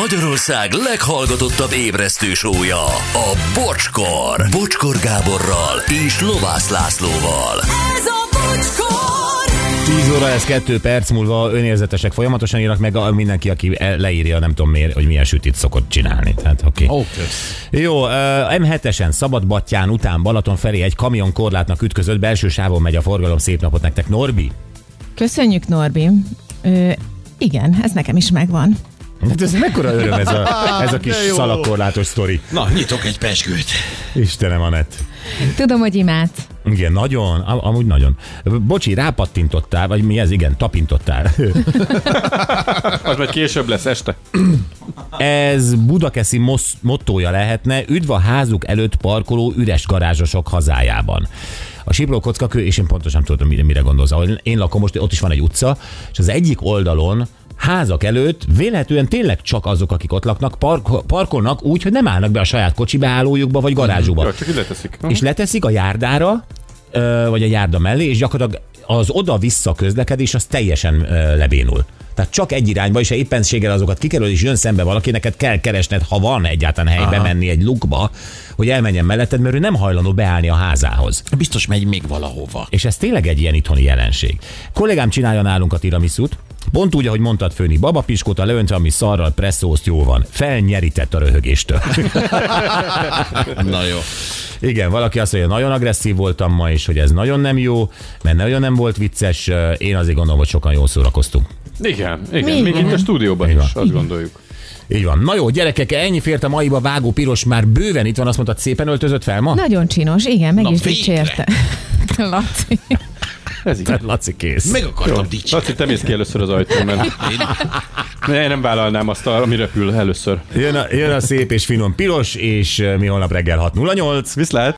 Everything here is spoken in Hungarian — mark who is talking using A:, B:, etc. A: Magyarország leghallgatottabb ébresztő sója, a Bocskor. Bocskor Gáborral és Lovász Lászlóval.
B: Ez a bocskor!
C: 10 óra lesz, 2 perc múlva önérzetesek folyamatosan írnak meg a- mindenki, aki el- leírja, nem tudom miért, hogy milyen sütit szokott csinálni. Tehát, oké. Okay.
D: Ó, kösz.
C: Jó, ö, M7-esen, Szabadbattyán, után Balaton felé egy kamion korlátnak ütközött, belső sávon megy a forgalom, szép napot nektek, Norbi.
E: Köszönjük, Norbi. Ö, igen, ez nekem is megvan.
C: Hát ez mekkora öröm ez a, ez a kis
D: De jó.
C: szalagkorlátos sztori.
D: Na, nyitok egy peskőt.
C: Istenem, Anett.
E: Tudom, hogy imádsz.
C: Igen, nagyon, am- amúgy nagyon. Bocsi, rápattintottál, vagy mi ez, igen, tapintottál.
F: Az majd később lesz este.
C: Ez Budakeszi mosz- mottója lehetne, üdv a házuk előtt parkoló üres garázsosok hazájában. A Sibló kockakő, és én pontosan tudom, mire, mire gondolsz. Ahol én lakom most, ott is van egy utca, és az egyik oldalon házak előtt véletlenül tényleg csak azok, akik ott laknak, park- parkolnak úgy, hogy nem állnak be a saját kocsi beállójukba vagy garázsukba.
F: Jó, csak így leteszik.
C: Mhm.
D: Mhm.
C: És leteszik a járdára, ö, vagy a járda mellé, és gyakorlatilag az oda-vissza közlekedés az teljesen ö, lebénul. Tehát csak egy irányba, és ha éppenséggel azokat kikerül, és jön szembe valaki, neked kell keresned, ha van egyáltalán hely, bemenni egy lukba, hogy elmenjen melletted, mert ő nem hajlandó beállni a házához.
D: Biztos megy még valahova.
C: És ez tényleg egy ilyen itthoni jelenség. Kollégám csinálja nálunk a tiramisút, Pont úgy, ahogy mondtad, főni babapiskóta, leöntve, ami szarral, presszózt, jó van. Felnyerített a röhögéstől.
D: Hát Na jó.
C: Igen, valaki azt mondja, nagyon agresszív voltam ma, és hogy ez nagyon nem jó, mert nagyon nem volt vicces. Én azért gondolom, hogy sokan jól szórakoztunk.
F: Igen, igen.
E: Mi
F: Még
E: igen?
F: itt a stúdióban
C: Igen.
F: is, azt gondoljuk.
C: Így van. Na jó, gyerekek, ennyi fért a maiba vágó piros már bőven itt van, azt mondta, szépen öltözött fel ma?
E: Nagyon csinos, igen, meg
D: Na,
E: is
D: végre.
E: dicsérte. Laci.
F: Ez igen.
C: Laci kész.
D: Meg akartam dicsérni.
F: Laci, te mész ki először az ajtón, mert én nem vállalnám azt, ami repül először.
C: Jön a, jön a szép és finom piros, és eh, mi holnap reggel 6.08.
F: Viszlát!